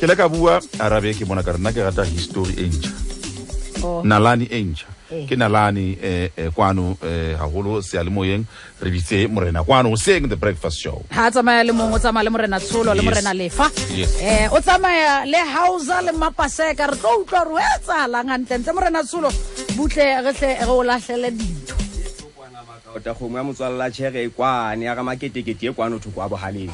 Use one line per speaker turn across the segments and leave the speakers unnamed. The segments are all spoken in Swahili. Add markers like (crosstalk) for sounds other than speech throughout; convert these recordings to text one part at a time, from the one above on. ke le ka bua arabe ke bona ka rena ke rata history e ntšha
Oh.
nalane e ntšha ke nalane eh, eh, kwano eh, haholo seyalemoyeng re bitse morena kwano o seng the breakfast show
ha tsamaya le mongwe o tsamaya le morena tsholo
Yes.
le morena lefa
Yes.
eh o tsamaya le hausa le mapaseka re tlo utlwa re etsalang gantlentle morena tsholo butle re tle re o latlhele dintho
ota kgomo ya motswalela tšhere e kwane ya ga maketekete e kwano thoko a bogaleng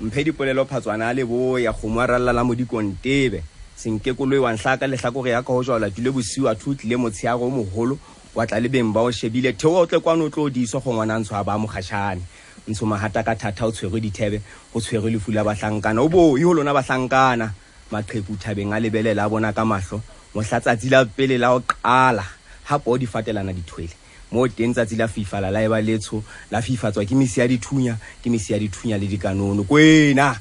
mphe dipolelo phatswana a leboya kgomo a rallela mo dikontebe senkekolo e wantlha ka letlhakore ya ka go jwala tule bosiu a thutlile motsheago o mogolo wa tla le beng ba o shebile theo o tle kwano o tlo o diso go ngwana ntsho a ba mogatšhane ntsho magata ka thata o tshwerwe dithebe go tshwerwe lefu la bahlankana o boi go lona bahlankana maqheku thabeng a lebelela a bona ka matlho motlhatsatsi la pele la o qala gape o di fatelana dithwele mo teng tsatsi la fifa la laeba letsho la fifatswa ke mesi ya dithunya ke mesi ya dithunya le dikanono kwena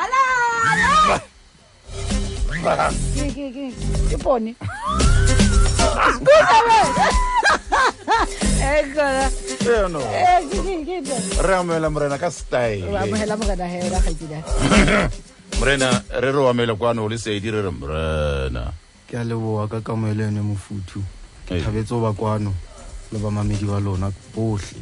Ala, ala. Ke- ke- ke- ke pone (laughs) Eh, ekona
eno
re
re amela morena ka style
amogela morena hela gaitsidane
morena re re amela kwano le sedi re re morena
ke a leboa ka kamo e le ene mofuthu
Ee.
ke thabetse ba kwano le bamamedi ba lona botlhe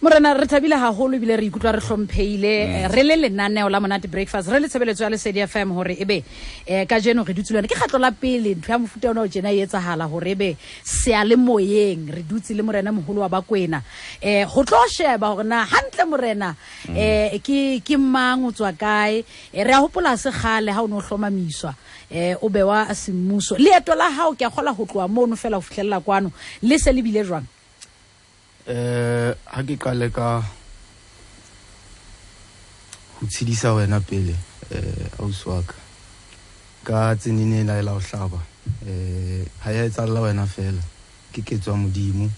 morena re thabile haholo ebile re ikutlwa re hlompheile Eh, re le lenaneo la monate breakfast re le tshebeletso ya lesedi fm gore ebe um ka jeno re dutse le yone ke kgatlho la pele ntho ya mofuta ona o jena e etsagala gore ebe sealemoyeng re dutse le morena mogolo wa bakwena um go tlo sheba gore na gantle morena um ke ke mang o tswa kae Eh, re ya gopola segale ga o ne o tlhomamiswa um o bewa semmuso leeto la gago ke a gola go tloa mono fela go fitlhelela kwano le se le bile jwang
um ga ke qale ka go tshedisa wena pele um ausi waka ka tsenene la ela go tlhaba um ga ya e tsalela wena fela ke ketswa modimo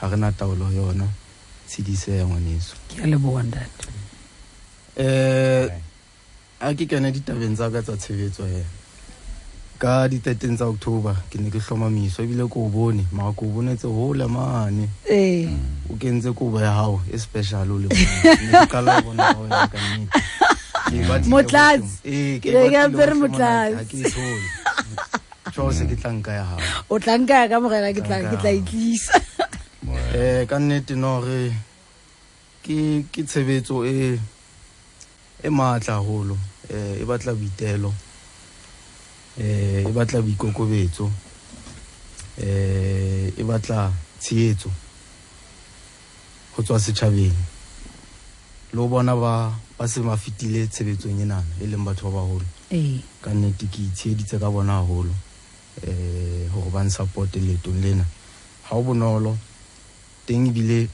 ga re na taolo ho yona tshediso ya ngwaneso
ke a lebondat
um a ke kene ditabeng tsa ka tsa tshebetso hela ka di-13 tsa october ke ne ke hlomamiswa ebile ko o bone mara ko o bonetse gole mane
ee
o kentse kobo ya gago e special o le mane. Ne ke qala ho bona hao ya ka nnete. Ke e batlile
Motlatsi.
hohle mo- ee, ke e
Ke ne ke
batlile
apere
hohle mona,
motlatsi.
ha ke e thole. Tjho se ke tla nka ya gago
o tla nkaya ka morena ke tla
Tla
ke
nkaya.
tla itlisa
um ka nnete no re ke ke tshebetso e e maatla haholo um e batla boitelo um e batla boikokobetso um e batla tshehetso ho tswa setjhabeng le ho bona ba ba se ba fetile tshebetsong enana e leng batho ba baholo
ee
ka nnete ke itsheditse ka bona haholo um gore ba nsupport leetong lena ga o bonolo teng ebile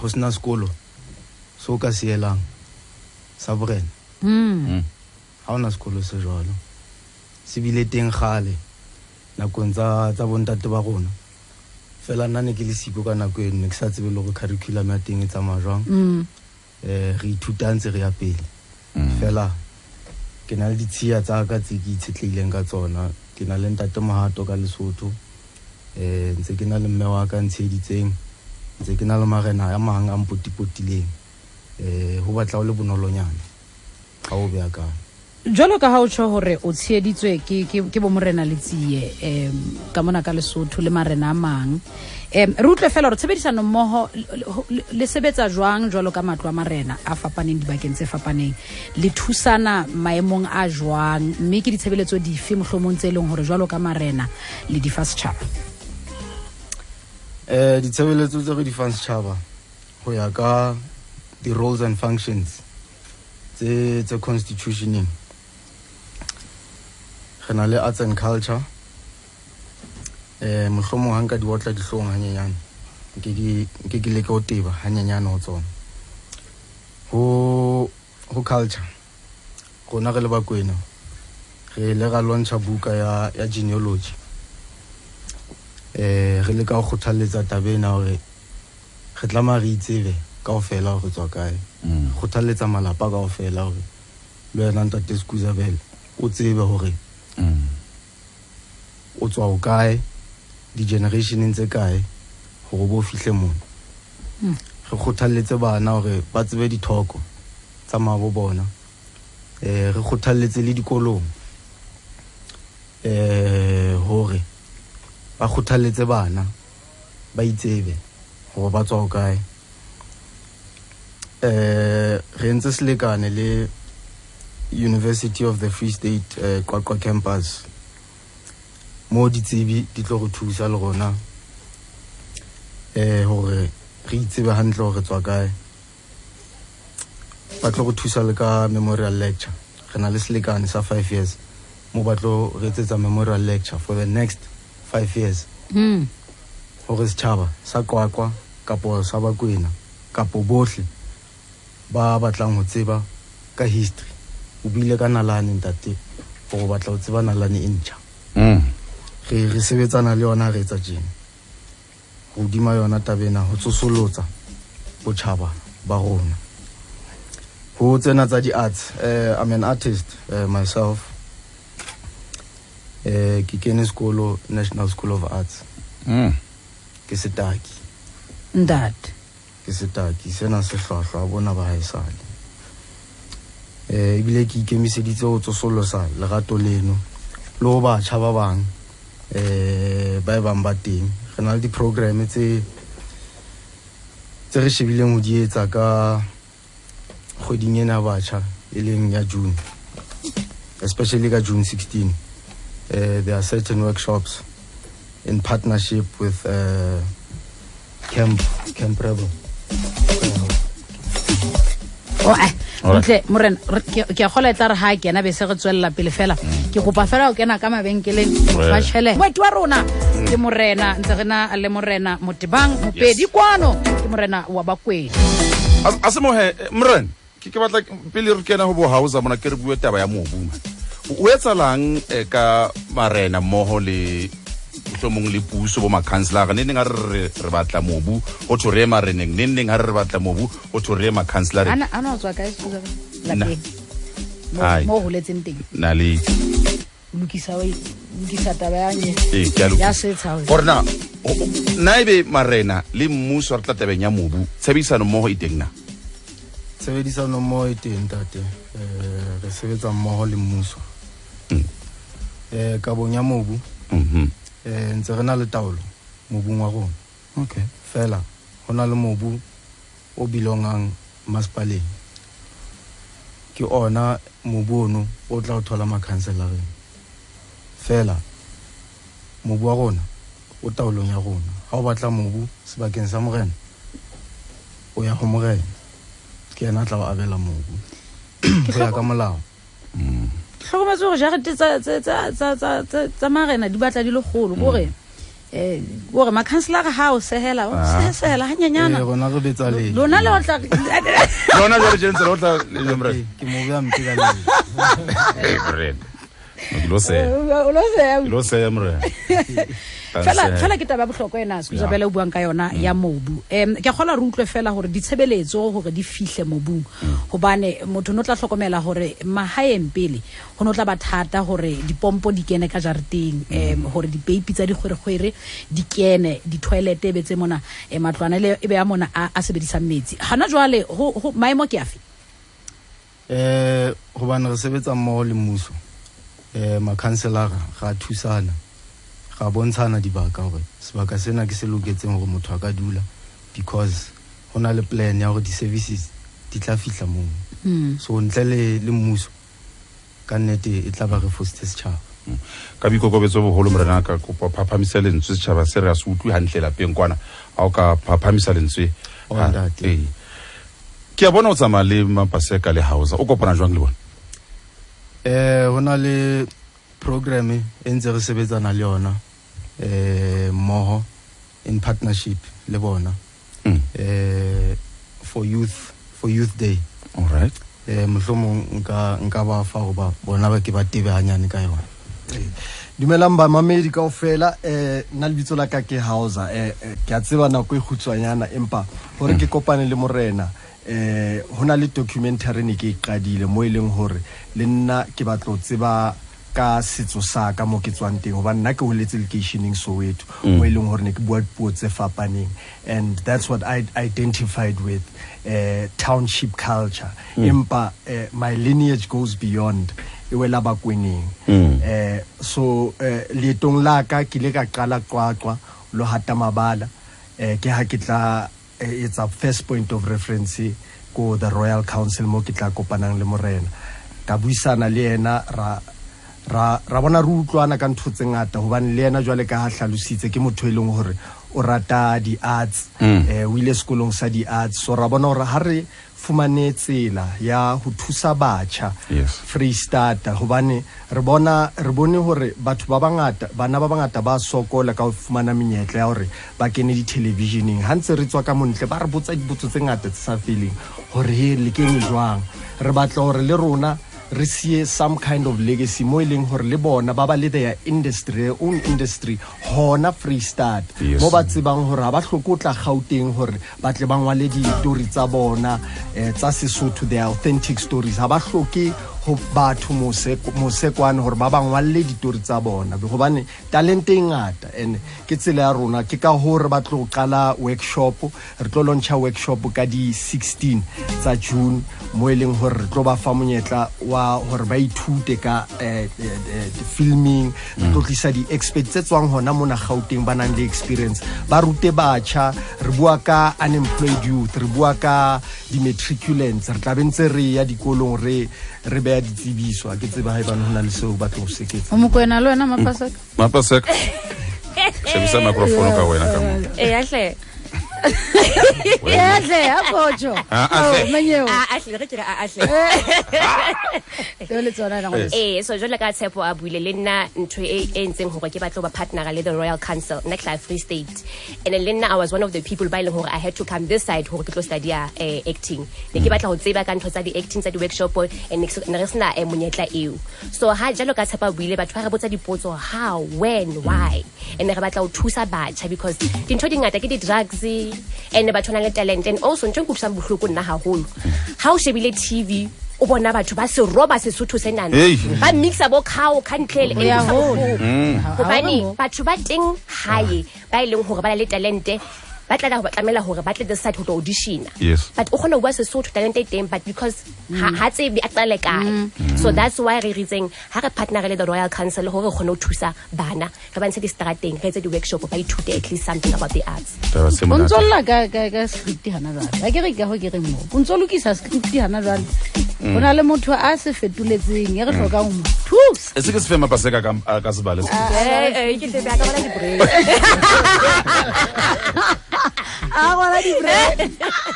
go sena sekolo se o ka seelang sa borena
Mm.
Mm.
ga o na sekolo se jalo se bile teng gale nakong tsa tsa bontate ba rona fela nna ne ke le siko ka nako eno ne ke sa tsebe le gore curriculum ya teng e tsamaya jwang
Mm.
um re ithuta ntse re ya pele
Mm.
fela ke na le ditshia tsa ka tse ke itshetlehileng ka tsona ke na le ntate mohato ka lesotho um ntse ke na le mme wa ka ntsheditseng ntse ke na le marena a mang a mpotipotileng um go batla o le bonolonyana ga o beakane
jalo ka ga o tsho gore o tsheditswe ke- ke ke bo morena le tsie um ka mona ka lesotho le marena a mang um re utlwe fela gore tshebedisano mmogo le sebetsa jwang jalo ka matlo a marena a fapaneng dibakeng tse fapaneng le thusana maemong a jwang mme ke ditshebeletso dife motlhomong tse e leng gore jalo ka marena le di fa setšhaba
um ditshebeletso tse re di fang setšhaba go ya ka di-roles and functions tse tse constitutioneng re na le arts and culture um mohlomong ga nka di otla ditlhong ganyenyane nke ke- nke ke leke o teba ganyenyane go tsona go go culture rona re le bakwena re le ra launcha buka ya, ya genealogy eh re le ka go kgothaletsa taba ena gore re tlama re itsebe kao fela go tswa kae
Mm.
kgothaletsa malapa kao fela gore le wena ntate scusabele o tsebe gore
Mm.
o tswa o kae di-generation tse kae gore bo fihle mona re kgothalletse bana gore ba tsebe dithoko tsa maabo bona um re kgothalletse le dikolong um gore ba kgothalletse bana ba itsebe gore ba tswa ho kae um re ntse selekane le university of the free state um qwaqwa campus mo ditsebi di tlo go thusa le rona eh hore re itsebe hantle hore tswa kae ba tlo go thusa le ka memorial lecture re na le selekane sa five years mo ba tlo re etsetsa memorial lecture for the next five years
Mm.
hore setšhaba sa qwaqwa kapo sa bakwena kapo bohle ba batlang ho tseba ka history o buile ka nalane ntate gore o batla ho tseba nalane e ntjha
Mm.
re re sebetsana le yona re etsa tjena hodima yona tabena ho tsosolotsa botjhaba ba rona ho tsena tsa di-arts uh, i'm an artist uh, myself uh, ke kene sekolo national school of arts
Mm.
ke setaki
ntate
ke setaki sena se hlwahlwa a bona ba haesale um ebile ke ikemiseditse ho tsosolosa lerato leno le ho batjha ba bang um ba e bang ba teng re na le di-programme tse tse re shebileng ho di etsa ka kgweding ena ya batjha e leng ya june especially ka june 16 uh, there are certain workshops in partnership with uh, camp camp rebel
Oh, eh,
Alright.
ntle morena re- ke ke a gola e tla re ga kena be se re tswelela pele fela
Mm.
ke kopa fela o kena ka mabenkeleng ba tšhele moeti wa rona
Mm.
ke morena ntse re na le morena motebang mopedi kwano ke morena wa bakwedi
a a se mohe eh, mren ke ke batla pele re kena ho bo house mona ke re bue taba ya mobu man. o etsalang eh, ka marena mmoho le mohlomong le puso bo macounselara ne neng a re re re batla mobu o tho re ye mareneng ne neng a re re batla mobu o tho re ye macounselareng
ana ana o tswa kae Susan?
Na.
Lapeng. Mo-
Hai.
mo o goletseng teng
na le
O lokisa wa- o lokisa taba ya nye
ee ke a
ya
lokisa.
setsha
Hore na o- o- na ebe marena le mmuso re tla tabeng ya mobu tshebedisano mmoho e teng na
tshebedisano mmoho e teng tate um re sebetsa mmoho le mmuso um kabong ya mobu
Mhm.
um ntse re na le taolo mobung wa rona
okay
fela ho na le mobu o bilongang masepaleng ke ona mobu ono o tla o thola makhanselareng fela mobu wa rona o taolong ya rona ha o batla mobu sebakeng sa morena o ya ho morena ke yena a tla o abela mobu ho ya ka molao
Mm.
tlhokometse gore jarete tsa- tsa- tsa- tsa- tsa- tsa- tsa marena di batla di le golo
Mm.
kore um kore macounselara ga o sehela o
Ah.
se- sehela ga
Eh,
nyanyana
rona re betsa le
lona le otla
lona jwale tjena ntse le otla le
Eh,
mren
ke mobu ya mpe ka le
Hey, Morena. No, ke lo seha.
O (laughs) lo seha.
Ke lo seha,
(laughs)
Morena. Ka
fela
nseha.
fela ke taba ya botlhokwa ena suzabele o buang ka yona ya mobu um ke gola re utlwe fela gore ditshebeletso gore di fihle mobung gobane motho ne o tla tlhokomela gore magaeng pele go ne o tla ba thata gore dipompo di kene ka jareteng um gore dipeipi tsa dikgwerekgwere di kene di-toilete e betse mona um matlwana le- e be ya mona a a sebedisang metsi gana jwale ho- ho- maemo ke afe
eh hobane re sebetsa mmoho le mmuso eh makhanselara ga thusana ga bontshana dibaka hore sebaka sena ke se loketseng hore motho a ka dula because ho na le plan ya hore di-services di tla fihla moo
Hmm.
so ntle le, le mmuso ka nnete e tla ba re fositse setšhaba
ka boikokobetso bo bogolo morena ka kopa phaphamisa lentswe setšhaba se re a se utlwe gantle lapeng kwana ga o ka phaphamisa lentswe
Oh,
ha-
ntate.
ee. ke a bona o tsamaya le mapaseka le hausa o kopana jwang le bona
eh ho na le programme e ntse re sebetsana le yona eh mmoho in partnership le bona
Mm.
eh for youth for youth day
all right
eh mohlomong nka nka ba fa go ba bona ba ke ba tebe hanyane ka yona
dumelang bamamedi kaofela um nna lebitso la ka ke hauser um ke a tseba nako e kgutshwanyana empa gore ke kopane le morena um go na le documentary ne ke e qadile mo e leng gore le nna ke batla ho tseba ka setso sa ka mo ke tswang teng goba nna ke holetse lekeišeneng soweto mo e leng gore ne ke bua dipuo tse fapaneng and that's what i identified with uh, township culture empa uh, my lineage goes beyond e wela bakweneng um so uh, leetong la ka ke ile ka qala qwaqwa lo hata mabala um ke ha ke tla eh, etsa first point of reference ko the royal council mo ke tla kopanang le morena ka buisana le ena ra ra ra bona re utlwana ka ntho tse ngata hobane le ena jwale ka ha hlalositse ke motho e leng hore o rata di-arts mm. eh, o ile sekolong sa di-arts so ra bona hore ha re fumane tsela ya ho thusa batjha
Yes.
freestata hobane re bona re bone hore batho ba bangata bana ba bangata ba sokola ka ho fumana menyetla ya hore ba kene dithelevisheneng ha ntse re tswa ka montle ba re botsa dipotso tse ngata tse sa feleng hore he le kene jwang re batla hore le rona re sie some kind of legacy mo e leng hore le bona ba ba le their industry their own industry hona freestart
Yes.
mo ba tsebang hore ha ba hlokotla gauteng hore ba tle ba ngwale ditori tsa bona eh, tsa sesotho their authentic stories ha ba hloke ho batho mose- mosekwane gore ba ba ngwalle ditori tsa bona Be- hobane talente e ngata and ke tsela ya rona ke ka gore ba tlo qala workshop re tlo launcha workshop ka di 16 tsa june mo e leng gore re tlo ba fa monyetla wa gore ba ithute ka eh, eh, eh, filming re tlo tlisa di-expert tse tswang hona mona gauteng ba nang le experience ba rute batjha re bua ka unemployed youth re bua ka di-matriculants re tlabe ntse re ya dikolong re re beya ditsebiso ha ke tseba ha ebane ho na le seo ba tlo go seketsa
o mokoena le wena mapasaka (laughs)
mapaseka shebisa microphone ka wena ka mo
ee atle
etle a kojo
Ah, ahle.
manyeo
atle re kere a
(laughs)
atle
eo le tsona na ngwaneso.
ee so jole ka tshepo a buile le nna ntho e e ntseng gore ke batlo ba partnera le the royal council nna ke tlaa free state and then le nna i was one of the people ba e leng gore i had to come this side gore ke tlo studia um acting ne ke batla go tseba ka ntho tsa di-acting tsa di-workshop and ne ke se- ne re sena um monyetla eo so ha jalo ka tshepo a buile batho ba re botsa dipotso how when why and re batla go thusa batjha because dintho di ngata ke di-drugs and batho ba na le talent and also ntho e kutlwisang botlhoko nna haholo ha o shebile tv o bona batho ba seroba sesotho senana
Hey.
ba mixa bo khao ka ntlhele
ya hole.
Mm.
gobane batho ba teng gae ba e leng gore ba na le talente ba tla ba tlamela gore ba tle decide go tlo auditiona
Yes.
but o kgona go bua sesotho talente e teng but because ha ha tsebe a qale kae so that's why re ritseng ha re partnere le the royal council gore re kgone go thusa bana re ba ntshe diseterateng re etse di-workshop ba ithute at least something about the arts
taba tse
o
monate.
ntse lla ka ka- ka script hana jwale ga ke re ka go ke reng mo o ntse o lokisa script hana jwale
Mm.
o na le motho a se fetoletseng e re tlhokang ho mo thusa
e se ke se fe mapaseka ka a ka sebale se.
Ah. a gola di-break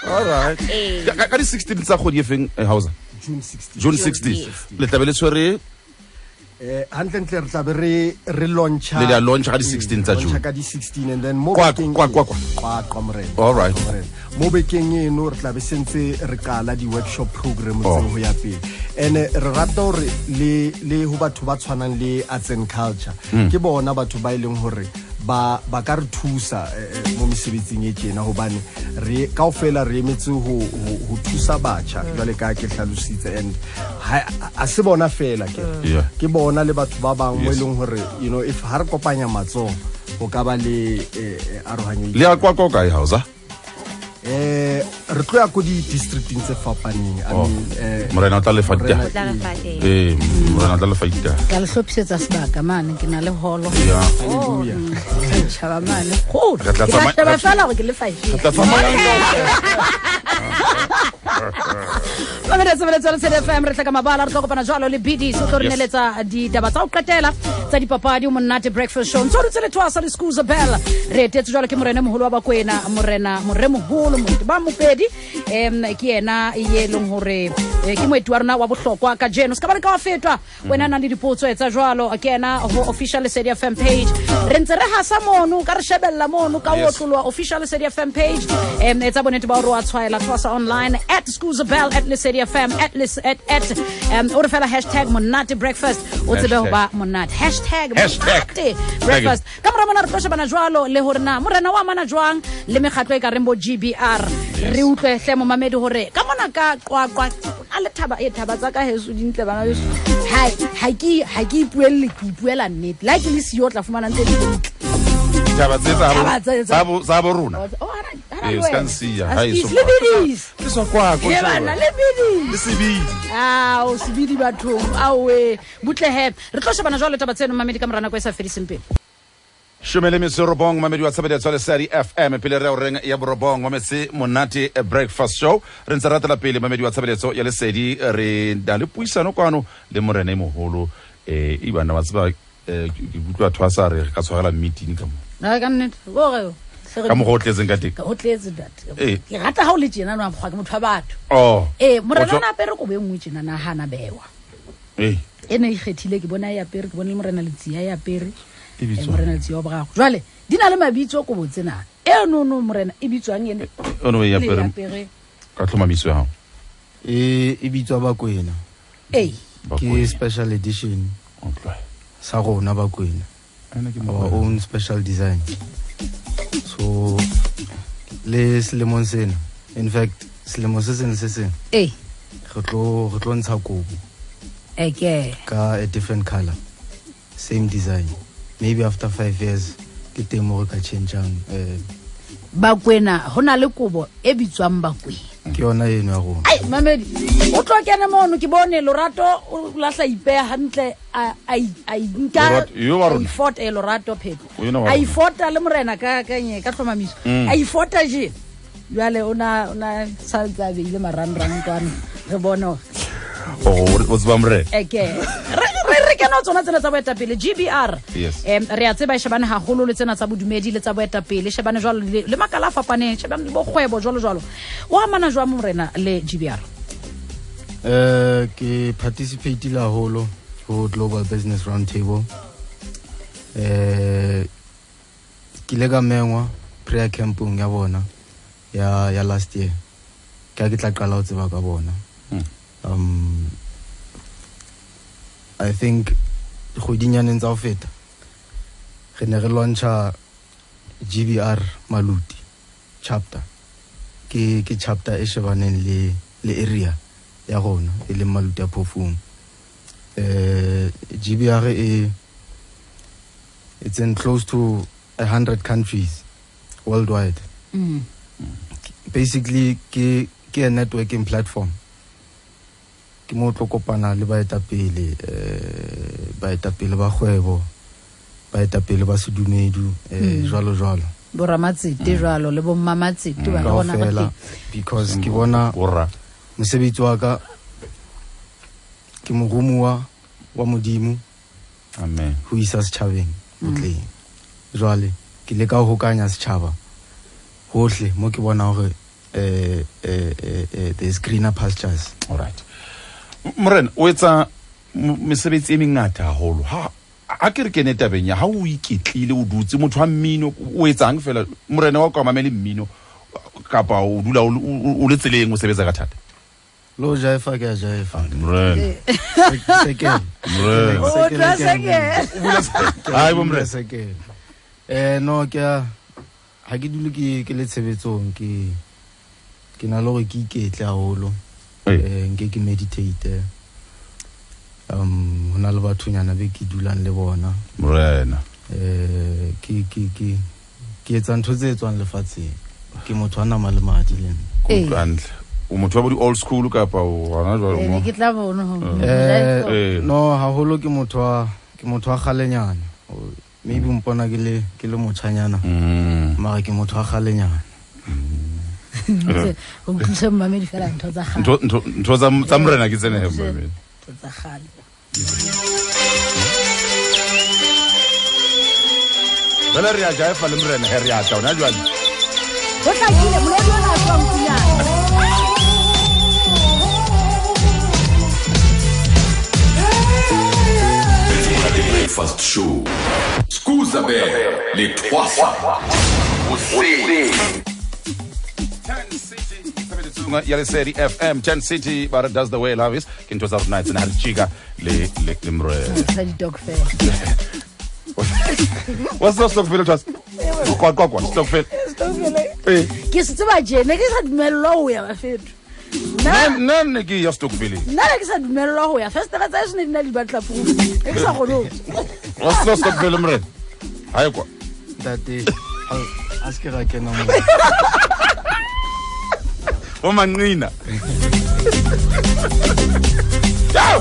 Alright. Ka- ka di 16 tsa kgwedi e feng eh, hausa
june 16
june
June
16 le tlabe le tshwere
Eh, hantlentle re tlabe re re launcha
Le la launch ka di 16 tsa
Launcha
June.
ka di 16 and then mo
Kwa-
bekeng
kwa-
e-
kwa- kwa.
Qwaqwa, morena
All right.
Qwaqwa, morena. mo bekeng eno re tlabe sentse re qala di-workshop program
Oh.
tse ho ya pele and eh, re rata hore le le ho batho ba tshwanang le arts and culture ke bona batho ba e leng hore ba ba ka re thusa eh, eh, mo mesebetsing e tjena hobane re kaofela re emetse ho ho- ho thusa batjha jwale ka ha ke hlalositse and ha a se bona fela ke
Yeah.
ke bona le batho ba bang mo e
Yes.
leng hore you know if ha re kopanya matsoho ho ka ba le eh, eh, arohanyo
le a kwa kwa kae hausa
eh re tlo ya ko di-districting tse fapaneng I mean, eh,
Oh. morena o tla lefa
Morena
dita ee morena o tla lefa dita
ka le hlophisetsa sebaka mane ke na le holo
ya
tšhaba mane golo
Re tla
ke tla
tsamaya-
sheba fela gore ke le fae
Tla tsamaya-
mameletsebeletso le tshedfm re tlhoka mabala re tlo kopana jalo le bds o tlo re
Yes.
neletsa ditaba tsa go qetela tsa dipapadi o monate breakfast show ntse o dutse letwasa le schools bell re etetse jalo ke morena mogolo wa bakwena morena more mogolo moeti ba mopedi um ke ena ye e leng gore eh, ke moeti wa rona wa botlhokwa ka jeno se ka ba le ka wa fetwa
Mhm.
wena a nang le dipotso etsa jalo ke ena ho official lesedi fm page re ntse re gasa mono ka re shebelela mono ka
Yes.
otlolo wa official lesedi fm page um etsa bonnete ba gore wa tshwaela twasa online at schools bell at lesedi fm at Les- at at um o re fela hashtag monate breakfast o tsebe ho ba monate hashtag
Hashtag.
monate breakfast ka mora mona re tlo shebana jwalo le hore na morena wa mana jwang le mekgatlo e ka reng bo gbr re utlwe hle momamedi hore ka mona ka qwaqwa a a lethaba e thaba tsa ka heso dintle bana beso Hai, ha ke ha ke ipuelele ke ipuela nnete le ha ke le siyo o tla fumana ntse
ditaba tse tsa
Ditaba tse
bo-
tsa-
tsa bo- tsa bo rona
Oh,
Eh, se ka nsiya. Hai, so- (laughs) ke sokwako
lebana le bidis
le sebidi
ao sebidi bathong aoe butlege re tlo shebana jalo le taba tseno mamedi ka mora nako e sa fediseng pelo
shome le metso e robong mamedi wa tshebeletso ya lesadi fm pele re ya horeng ya borobong wa metse monate eh, breakfast show re ntse ratela pele mamedi wa tshebeletso ya lesedi re na le puisano kwano le morene moholo um ebana wa tseba eh, ke ke utlwa batho ba sa re re ka tshwarela meeting ka mo
Ah, ka nnete ore
ka mokgwa o tletseng ka teng
o tletse dat
Eh.
ke rata ga o le tjena no mokgwa ke motho wa batho
Oh.
ee
O tlo-
morena na apere kobo e nngwe tjena na gana bewa
Eh,
e ne e ikgethile ke bona e apere ke bone le morena letsia e apere
E
eh,
bitswang?
morena letsia wa bogago jwale di na le mabitso kobo tsenang e nono morena e bitswang ene
o ne o e
le e
apere
apere
ka tlhomamiso ya gago
e e bitswa bakwena
ee
ke
Bakwena.
special edition
O tlohe.
sa rona bakwena
Ana ke
our
mo-
own special design so le selemong sena in fact selemo se seng se seng
ee
re tlo re tlo ntsha kobo
eke
ka a different color same design maybe after five years ke teng mo re ka changeang um
bakwena go na le kobo e bitswang bakwena
ke yona eno ya rona
ai mamedi o tlo kene mono ke bone lorato o latlha ipeya gantle a
Lorato- yo wa rona.
ifota e lorato pheto
O yena wa
a
rona.
ifota le morena ka kanye ka tlhomamiso
Mm.
a ifota je jale o na o na santse a beile marangrang kwana re bone hore
Oh, o tseba morena
eke re re- re kena ho tsona tsena tsa boetapele gbr
Yes.
um re a tseba e shebane haholo le tsena tsa bodumedi le tsa boetapele e shebane jalo le le makala a fapaneng e shebane le bokgwebo jalo jalo o amana jwa morena le gbr
Eh, ke participate haholo ho global business round table um ke ile ka mengwa prayer campong ya bona ya, ya last year ke ha ke tla qala ho tseba ka bona
Mm.
um i think kgwedinyaneng tsa ho feta re ne re launcha gbr maluti chapter ke ke chapter e shebaneng le le area ya rona e leng maluti a phofung um gbr e it's in close to 100 countries worldwide
Mm.
basically ke ke a networking platform ke mo o tlo kopana le baetapele um baetapele ba kgwebo baetapele ba sedumedu
Hmm.
um jwalo jwalo
boramatsete jalo le bommamatsete bana bona ba
Mm. kaofela
teng
because ke bona
Borra.
mosebetsi wa ka ke moromuwa wa modimo
amen
ho isa setjhabeng botleng jwale ke le ka ho hokanya setjhaba hohle mo ke bona hore eh eh eh, eh there's greener pastures
alright M- morena o etsa m- mesebetsi e mengata haholo ha ha ke re kene tabeng ya ha o iketlile o dutse motho wa mmino o etsang fela morena wa kwamamele mmino kapa o dula o le- o- o le tseleng o sebetsa ka thata
lo jaifa ke a jaifa
morena
Eh.
sekeng
morena
O
Sekele
tla
ke-
sekele.
Hai, bo Morena.
sekeng eh no ke a- ha ke dule ke ke le tshebetsong ke ke na le hore ke iketle haholo
Eh,
eh nke ke meditate um hona le bathonyana be ke dulang le bona
morena
eh ke ke ke ke etsa ntho tse etswang lefatsheng ke motho a nama le madi le nna
Ke
Ee.
utlwa hantle o motho wa bo di-old school kapa o hona jwale
Eh, ne
mo-
ke tla bone
Eh,
hore-
Eh.
no haholo ke motho a ke motho a galenyana O- maybe mpona ke le ke le motshanyana
Mm.
mara ke motho a galenyana
Ntse- ho utlwisa mmamedi fela ntho tsa kgale,
Ntho- ntho ntho tsa tsa morena ke tsene he, Morena.
ntho tsa kgale.
jwale re ya jaefa le morena he re atla ona jwale
ho hlakile molodi ona a tswang Puyana.
The Breakfast Show. Scusa bene, le twasa. Usi.
ya lesedi fm ten city ba re does the way love is ke ntho tsa rona tsena ha re tjheka le le le morena (laughs)
Sa ditokofela.
what's the stockfile twas kwa kwa Ee, kwa stockfile
ke se tseba je ne ke sa dumellwa ho ya bafetho nna
nna nna ne ke ya stockbileng
nna ne ke sa dumelelwa ho ya festere tsa sene di na le dibatlaproof e ke sa kgone ho
wa
tswa.
sela stockbele morena ha e kwa
ntate a- a se ke ra kena mo
o manqina (laughs) Tjau!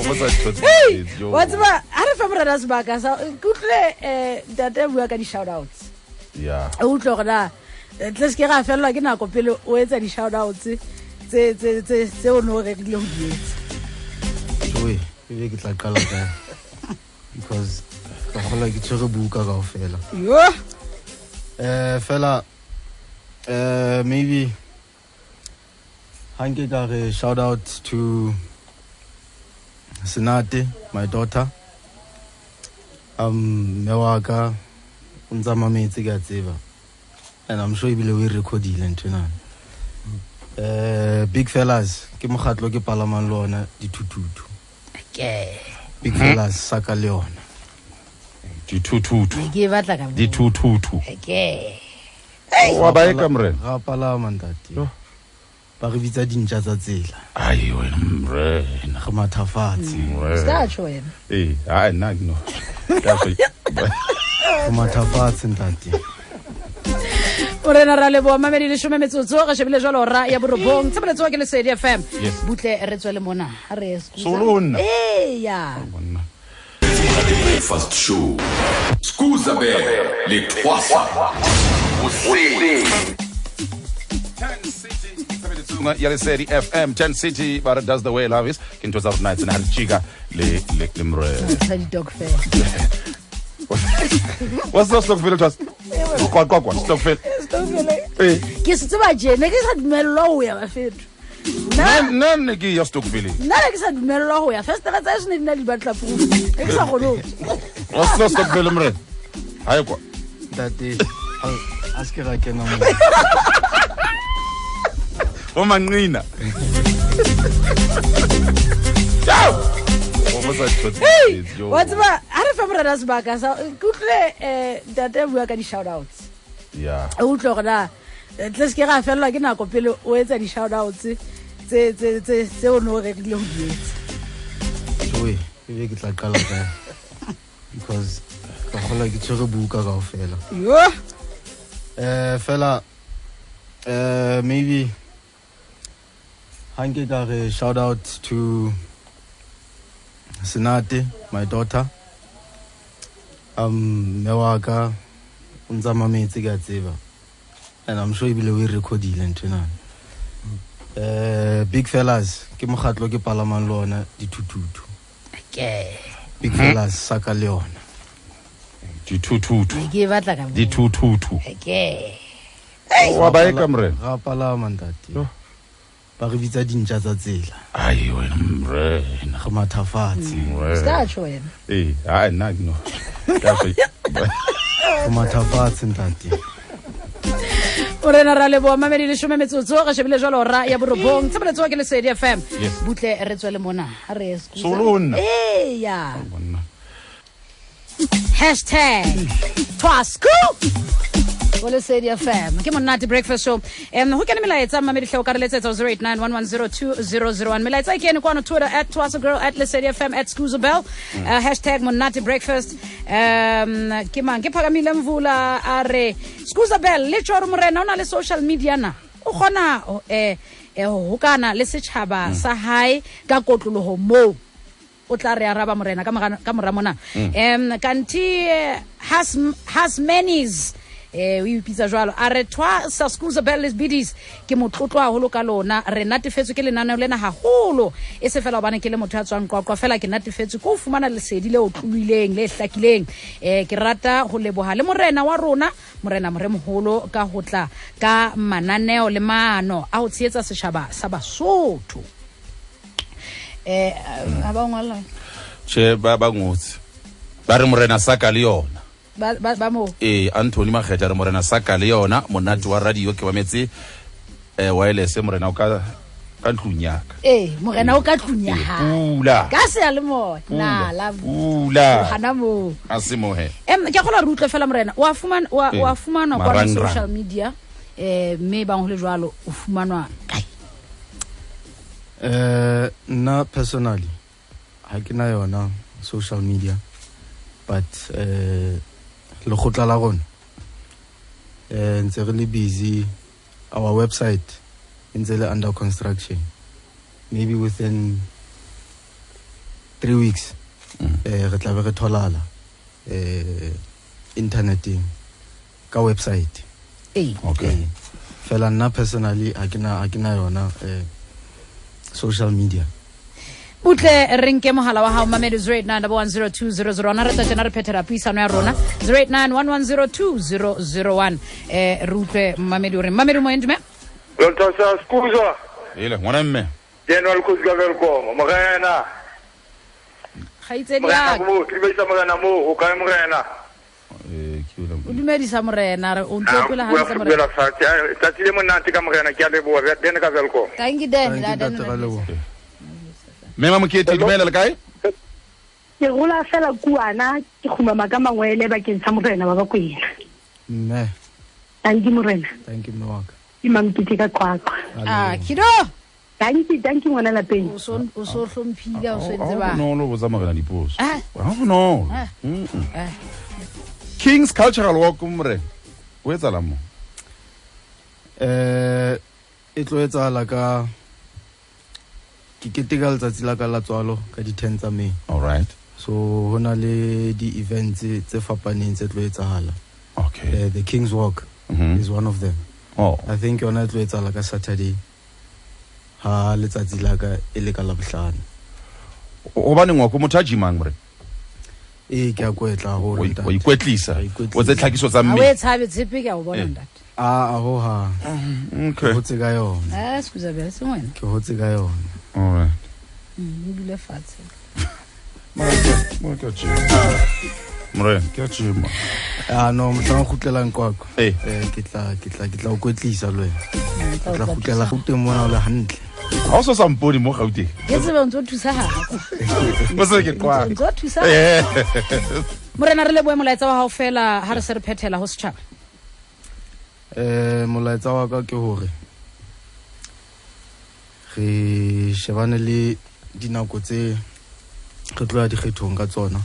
O botsa ntho tse
Hei,
tse,
wa
jo.
tseba ha re fa morena sebaka sa ke utlwile um data bua ka di-shoutouts
Ya.
e utlwe gore na eh, tle se ke ra felelwa ke nako pele o etsa di-shoutouts tse- tse tse- tse o ne o rekile go di etsa
joe ebe e, ke tla qala kae because ka gola ke tshwere buka kao fela
yo
um fela um maybe ga nke ka re shout out to senate my daughter um mme wa ka o ntse mametse ke a tseba and i'm sure ebile o e recordile nthwenane um big fellas ke mogatlo ke palamang le ona dithututu big fellas saka le ona
dithututu
ne ke e batla ka moo.
dithututu
Ke.
wa bae e ka morena
ra palama ntate
Jo.
ba re bitsa dintšha tsa tsela
ai wena morena
re mathafatshe
se
morena
ka tjho wena
ee ha nna ke no Ka fe-
re mathafatshe ntate
orena ra leboa mamedi lesome metsotso re shebile jalo ra ya borobong tshebeletso ke lesedi fm
Yes.
butle re tswe le mona ha re
Solonna.
Eh? eya
Bonna.
The Breakfast Show. Scusa bene, le croissants. Buffet.
Tsunga ya lesedi fm 10 city ba re does the way love is ke ntho tsa rona tsena ha re tjika le le le morena
sa di-dog fair
wa sela stockbele twas kwa kwa kwa stockbele eh
ke se tseba je ne ke sa dumellwa ho ya bafetho
nna-
nna
nna ne ke ya stockbele
nna ne ke sa dumellwa ho ya festere tsa sene di na le dibatlaproof e ke sa kgone ho tswa.
wa sela stockbele morena ha e kwa
ntate a- a se ke ra kena mo
o manqina Tjau! O botsa ntho tse
(laughs) Hei,
tse, jo.
wa tseba ha re fa morena sebaka sa ke utlwile um data bua ka di-shoutouts
Ya.
e utlwe gore na eh, tle se ke ra felelwa ke nako pele o etsa di-shoutouts tse- tse- tse tse o ne o rekile go di etsa
joe ebe e ke tla qala kae because ka gola ke tshwere buka kao fela
yo
um fela um maybe ga nke ka re shout out to senate my daughter um mme wa ka o ntse mametse ke a tseba and i'm sure ebile o e recordile nthwenane um big fellas ke mogatlo ke palamang le ona dithututu big fellas saka le ona
dithututu
ne ke e batla ka moo.
dithututu
Ke.
wa bae e ka morena
ra palama ntate
Jo.
ba re bitsa dintšha tsa tsela
ai wena morena
re mathafatshe
se
morena
ka tjho wena
eh ha nna ke no Ka fe-
re mathafatshe ntate
orena ra leboa mamedi lesome metsotso re shebile jalo ra ya borobong tshebeletso ke lesedi fm
Yes.
butle re tswe le mona ha re excuse-
Solonna.
eya
Bonna.
hashtag twasco o lesedi fm ke monate breakfast show um go kene melaetsa mmameditlhe o ka re letsetsa 0891102001 melaetsa e kene kwano twitter at twaso girl at lesedi fm at scoozabell uh, hashtag monate breakfast um ke mang ke phakamile mvula a re scoozabell le tšo gore morena o na le social media na o kgona um go kana le setšhaba sa hae ka kotlologo moo o tla re araba morena ka moga- ka mora mona um kanti eh, Has- hasmanis um o ipitsa jalo a re twa sascoosabelles bidis ke motlotlo haholo ka lona re natefetswe ke lenaneo lena haholo e se fela gobane ke le motho ya tswang qwaqwa fela ke natefetswe ko o fumana lesedi le o tloileng le tlakileng um ke rata go leboga le morena wa rona morena moremogolo ka go tla ka mananeo le maano a go tsheetsa setšhaba sa basotho um a ba ngwalela
che ba ba ngotse ba re morena saka le yona
ba ba- ba mo
ee anthony makgetha re morena saka le yona monate wa radio ke bametse um wireless morena o ka ka ntlong yaka
ee morena o ka tlong ya
Ee,
gae
pula.
ka sea le mona
Pula,
nala
pula
gana moo
a semoge
em ke a gola re utlwe fela morena wa fumana- wa-
Ee,
wa fumanwa kwa eh,
marangrang.
social media um mme bang go le jalo o fumanwa kae
eh nna personally ha ke na yona social media but eh lekgotla la rona eh ntse re le busy our website e ntse le under construction maybe within three weeks eh re tla be re tholala eh interneteng ka website
ee
okay
Eh, fela nna personally ha ke na ha ke na yona eh social media
butle re nke mohala wa hao mamedi 089102001 ona re tsatsena re phethela puisano ya rona 089110201 eh re utlwe mamedi o reng mamedi o moentume
Dr. Sa scusa,
ele ngwana mme
General Kuzga Velkom, Morena,
kgaitsedi
Morena
yaka
mo, ke beisa Morena mo, o kae Morena?
Eh, ke yona-
o dumedisa morena re o
Ah,
ntlopela
bua
gantle morena
fukela sa, tsa- tsatsi le monate ka Morena, ke a leboha, re- dene ka Velkom.
tanki
Thank you, Dr.
den
Galebo.
mme ma mokete dumela le kae
ke rola fela kuana ke khumama ka mangwele bakeng sa morena wa bakwena
mme
tanki morena
thank you mme wa ka
ke mampite ka qwaqwa
a kido
tanki tanki ngwana lapeng
o so o so hlomphile
Oh,
ha o so ntse ba
bonolo botsa morena diposo
Ah.
ga bonolo
Ah.
Mm-mm.
Ah.
kings cultural walk morena o etsala mo
eh e tlo etsahala ka ke keteka letsatsi la ka la tswalo ka di-10 tsa may
all right
so ho na le di-events tse- tse fapaneng tse tlo etsahala
okay
Eh, the king's walk
Mhm.
is one of them
oh
i think yona e tlo etsahala ka saturday ha letsatsi la ka e le ka labohlano
gobane ngwako motho a jimang more
ee Eh, ke a
wa
kwetla gore
wa ikwetlisa
Wa ikwetlisa.
o tse tlhakiso tsa
ha o e
mmele
tshabe tshepe ke a o bona
Eh.
ntate
a hohang ke
okay
hotse ka yona
a scusa bele se ngwena
ke hotse ka yona
all right
Mm, o dule fatshe
Eh, Mo ke a jima. morena ke a jima
Ah, no motlhang gutlelang kwako
Ee.
Eh, ke tla ke tla- ke tla o kwetlisa le wena
Mm, tla
ke
o
tla gutlela
thusa.
gauteng mona o le hantle
ga o so sampone mo gauteng
ke tsebe o ntse o thusagaa
o se ke
o
qwang
ntse o thusaga
Eh.
morena re le boe molaetsa wa gago fela ha re se re phethela ho setšhaba
um molaetsa wa ka ke hore re shebane le dinako tse re tlo ya dikgethong ka tsona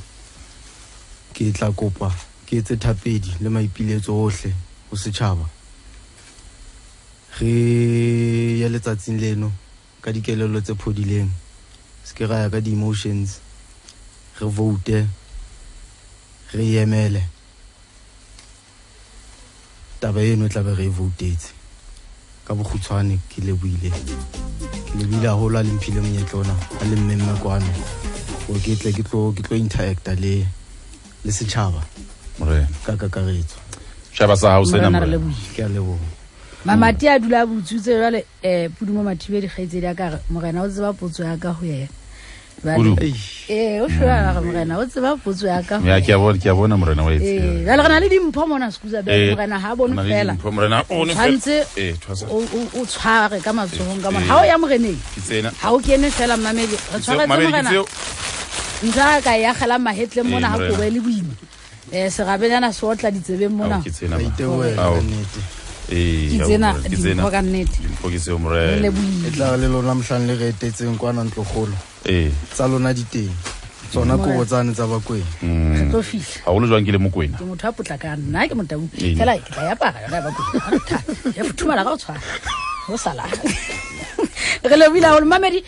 ke tla kopa ke etse thapedi le maipiletso ohle ho setjhaba re ya letsatsing leno ka dikelello tse phodileng se ke ra ya ka di-emotions re vote re emele taba eno e tlabe re e voutetse ka bokgutshwane ke leboile ke leboile haholo a le mphile monyetla ona a le mmemme kwano gore ke tle ke tlo ke tlo interacta le le setšhaba
morena
ka kakaretso
shaba sa gago sena
morena re le
morena
boile
ke a leboga
mamati a dula a butswitse jale um pudumo mathibe dikgaitsedi ya kare morena o tseba potso ya ka ho yena
Pudumo. Mm.
jale ee o shobagare morena o tseba potso ya ka ho
ya ke a
yena.
bona- ke a bona morena wa
ee
etse
jale re na le dimpho mona scusa
Eh,
be morena ha a bone
na le
fela
dimpho, morena ha bone fela.
Tshwantse
Eh, thwasa-
o- o- o tshware ka matsohong ka mona
Eh.
ga o ya moreneng
ke tsena
ga o kene fela mmamedi re
Ke tseo-
tshwaretse
Mabele, ke
morena
tseo.
ntsa ka yagela mahetleng
Ee,
mona ga
morena.
kobe le boima um serabenyana se otla ditsebeng
Ao,
mona
ke tsena
ka
ba.
iteboela
Ao.
ka nnete
Eh,
Ke
ao,
tsena
morena, ke
dimpho ka
tsena
nnete
dimpho ke seo
re
morena
e
leboile
tla re le lona motlhang le re etetseng kwana ntlogolo
ee
tsa lona diteng tsona kobo tsane tsa bakweng
Eh, mm.
re tlo fitlha
ga golo jwang ke le mokwena
ke motho a potlakang nna ke motau
Ee.
fela ke tla e apara yona ya bakotha ya futhumala ka go tshwana go salala (laughs) re leboile gagolo mamedi